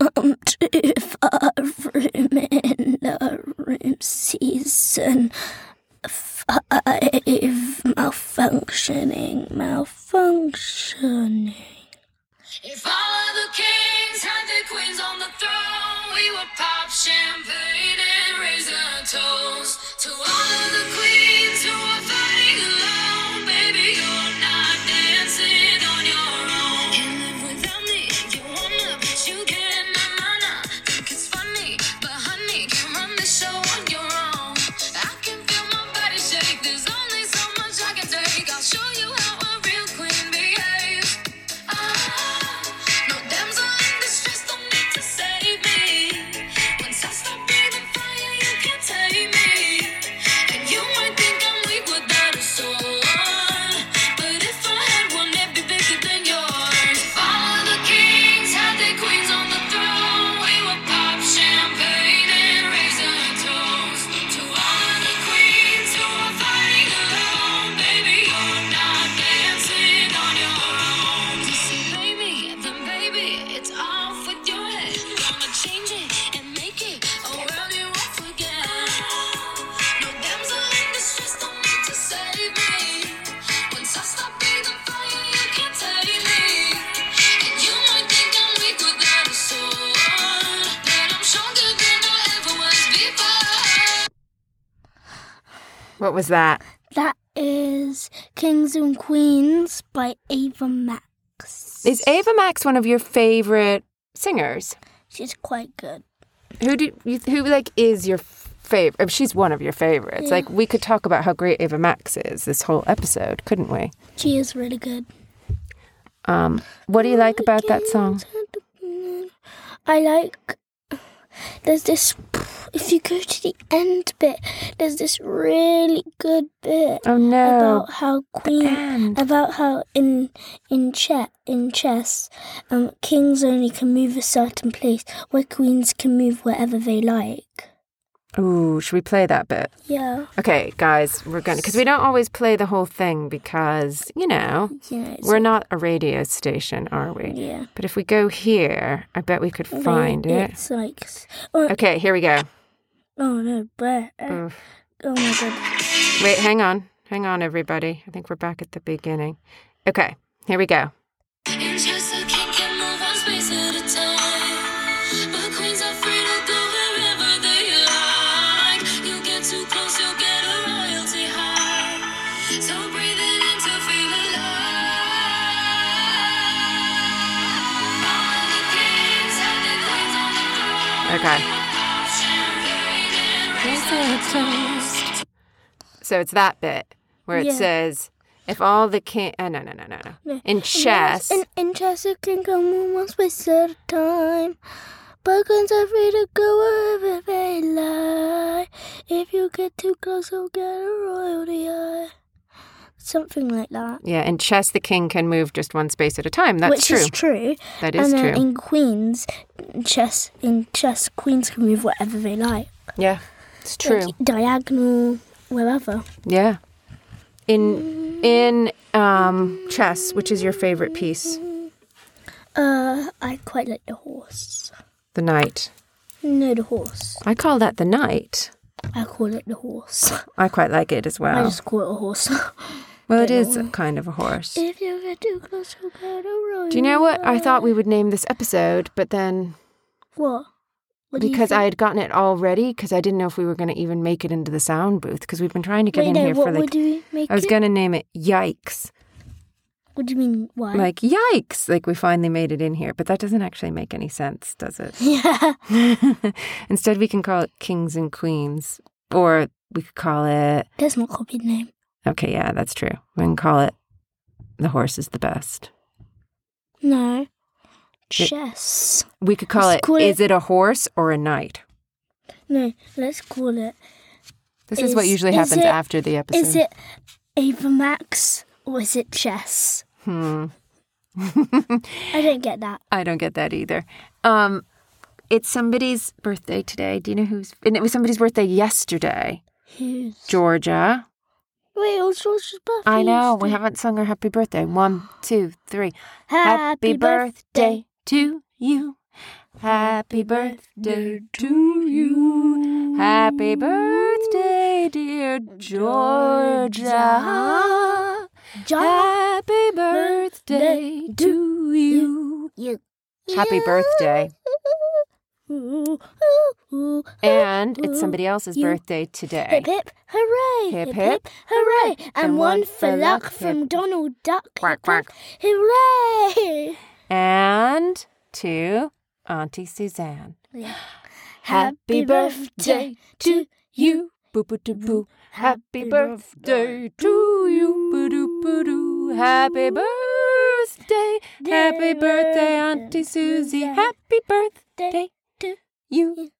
Welcome to Farm in the Room Season 5 Malfunctioning, Malfunctioning. If all of the kings had their queens on the throne, we would pop champagne and raise a toast to all of the queens who are fighting alone. Baby, you're not dancing on your own. Can't live without me. You wanna, but you can't. Na na na. Think it's funny, but honey, can't run the show on your own. I can feel my body shake. There's only so much I can take. I'll show you how a real queen behaves. Ah, No damsel in distress don't need to save me. Once I stop breathing fire, you can take me. And you might think I'm weak without a soul, but if I had one, it'd be bigger than yours. All the kings had their queens on the throne. We would pop champagne and raise a toast to all the queens who are fighting alone. Baby, you're not dancing on your own. Just say baby, then baby, it's off with your head. I'ma change it and make it a world you won't forget. No damsel in distress, don't need to save me. Once I stop breathing fire, you can't take me. And you might think I'm weak without a soul, but I'm stronger than I ever was before. What was that? That is Kings and Queens by Ava Max. Is Ava Max one of your favorite singers? She's quite good. Who do you, who like is your favorite? She's one of your favorites. Like we could talk about how great Ava Max is this whole episode, couldn't we? She is really good. Um, what do you like about that song? I like. There's this. If you go to the end bit, there's this really good bit Oh no. about how queen, end. about how in in chess, in chess, um, kings only can move a certain place, where queens can move wherever they like. Ooh, should we play that bit? Yeah, Okay, guys, we're gonna because we don't always play the whole thing because you know yeah, it's, we're not a radio station, are we? yeah. But if we go here, I bet we could find They- it. It's like, s- oh, Okay, here we go. oh no, but uh, Oof. oh my god, Wait, hang on, hang on, everybody. I think we're back at the beginning. Okay, here we go. And just a king can move on space at a time. But queens are free to go wherever they like. You get too close, you'll get a royalty high. So breathe it in to feel alive. All the kings have their queens on the throne. Okay. Pop champagne and raise a toast. So it's that bit where it Yeah. says, "If all the king, oh, no, no, no, no, no, No. in chess, In, in chess, you can go move one space at a time. But guns are free to go wherever they lie. If you get too close, you'll get a royalty eye. Something like that. yeah, in chess the king can move just one space at a time. That's Which true. is true. That is and then true. in queens, chess in chess, queens can move whatever they like. yeah, it's true. Like diagonal, wherever. Yeah. In Mm. in um chess, which is your favorite piece, Uh, I quite like the horse. the knight. No, the horse. I call that the knight. I call it the horse. I quite like it as I well. just call it a horse. well, it is a kind of a horse. If you get too close, you'll get a royal. Do you know what I thought we would name this episode, but then What? What do you because I think? had gotten it all ready, because I didn't know if we were going to even make it into the sound booth, because we've been trying to get Wait, in no, here what for like. would we make I was it? going to name it Yikes. What do you mean? Why? Like, yikes! Like, we finally made it in here, but that doesn't actually make any sense, does it? yeah. Instead, we can call it Kings and Queens, or we could call it. That's not copied name. Okay, yeah, that's true. We can call it The Horse is the Best. No. Chess. We could call Let's it call Is it- it a horse or a knight? No. Let's call it. This is, what Is- usually is happens it- after the episode. Is it Ava Max or is it chess? Hmm. I don't get that. I don't get that either. Um, it's somebody's birthday today. Do you know who's? And it was somebody's birthday yesterday. Who's? Georgia. Wait, it was George's birthday. I know. We yesterday. haven't sung her happy birthday. One, two, three. Happy birthday to you. Happy birthday to you. Happy birthday, dear Georgia. John, Happy birthday to you. you. Happy birthday. Ooh, ooh, ooh. And it's somebody else's birthday today. Hip hip hooray! Hip, hip, hooray! And and one one for for luck luck, from hip. Donald Duck. Quack, Hip, hip, quack. Hooray! And to Auntie Suzanne. Happy birthday to you. Boo boo doo boo. Happy birthday to you. Boo doo boo doo. Happy birthday. Happy birthday, Auntie Susie. Happy birthday to you. You.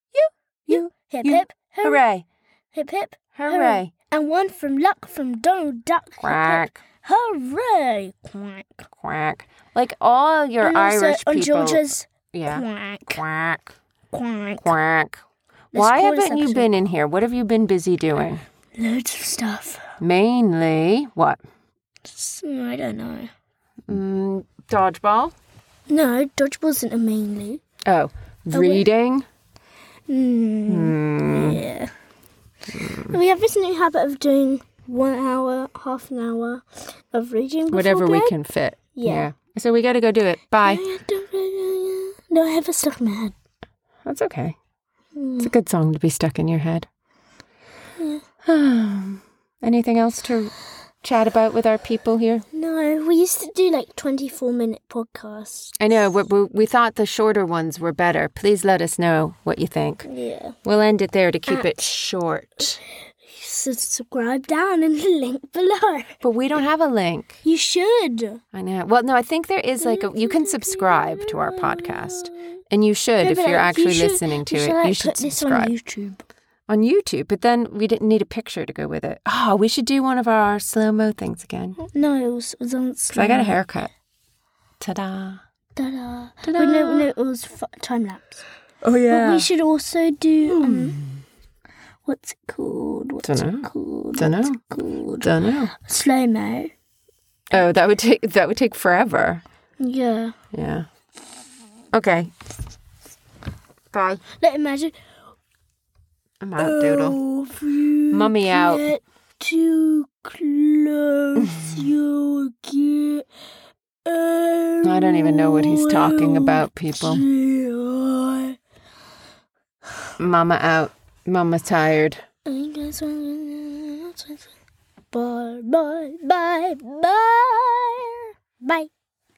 You. Hip You. hip hooray! Hooray. Hip hip Hooray. And one from luck from Donald Duck. Hip, hip, Quack. Hooray! Quack. Quack. Like all your and also Irish on people. Georgia's yeah. quack. Quack. Quack. Quack. Let's Why call this haven't you episode- been in here? What have you been busy doing? Loads of stuff. Mainly what? S- I don't know. Mm, dodgeball. No, dodgeball isn't a mainly. Oh, reading. Hmm, Hmm. Yeah. We have this new habit of doing one hour, half an hour of reading. before Whatever we bed. can fit. Yeah. So we got to go do it. Bye. No, I have it stuck in my head. That's okay. It's a good song to be stuck in your head. Anything else to chat about with our people here? No, we used to do like 24 minute podcasts. I know we, we, we thought the shorter ones were better. Please let us know what you think. Yeah. We'll end it there to keep it short. So subscribe down in the link below. But we don't have a link. You should. I know. Well, no, I think there is like a, you can subscribe to our podcast, and you should if But, you're like, actually you should- listening to you it. Should, like, you should put this subscribe on YouTube. on YouTube. But then we didn't need a picture to go with it. Oh, we should do one of our slow mo things again. 'Cause No, it was, it was on. I got a haircut. Ta-da! Da-da. Ta-da. Well, no, no, it was f- time lapse. Oh But we should also do um, what's it called? What's it Hmm. Dunno. called? Dunno. What's it called? Don't know. Slow mo. Oh, that would take that would take forever. Yeah. Yeah. Okay. Bye. Like imagine. I'm out, Doodle. Oh, if you Mummy out. get too close, you'll get. I don't even know what he's talking about, people. I Mama out. Mama tired. guess I'm- Bye, bye, bye, bye, bye.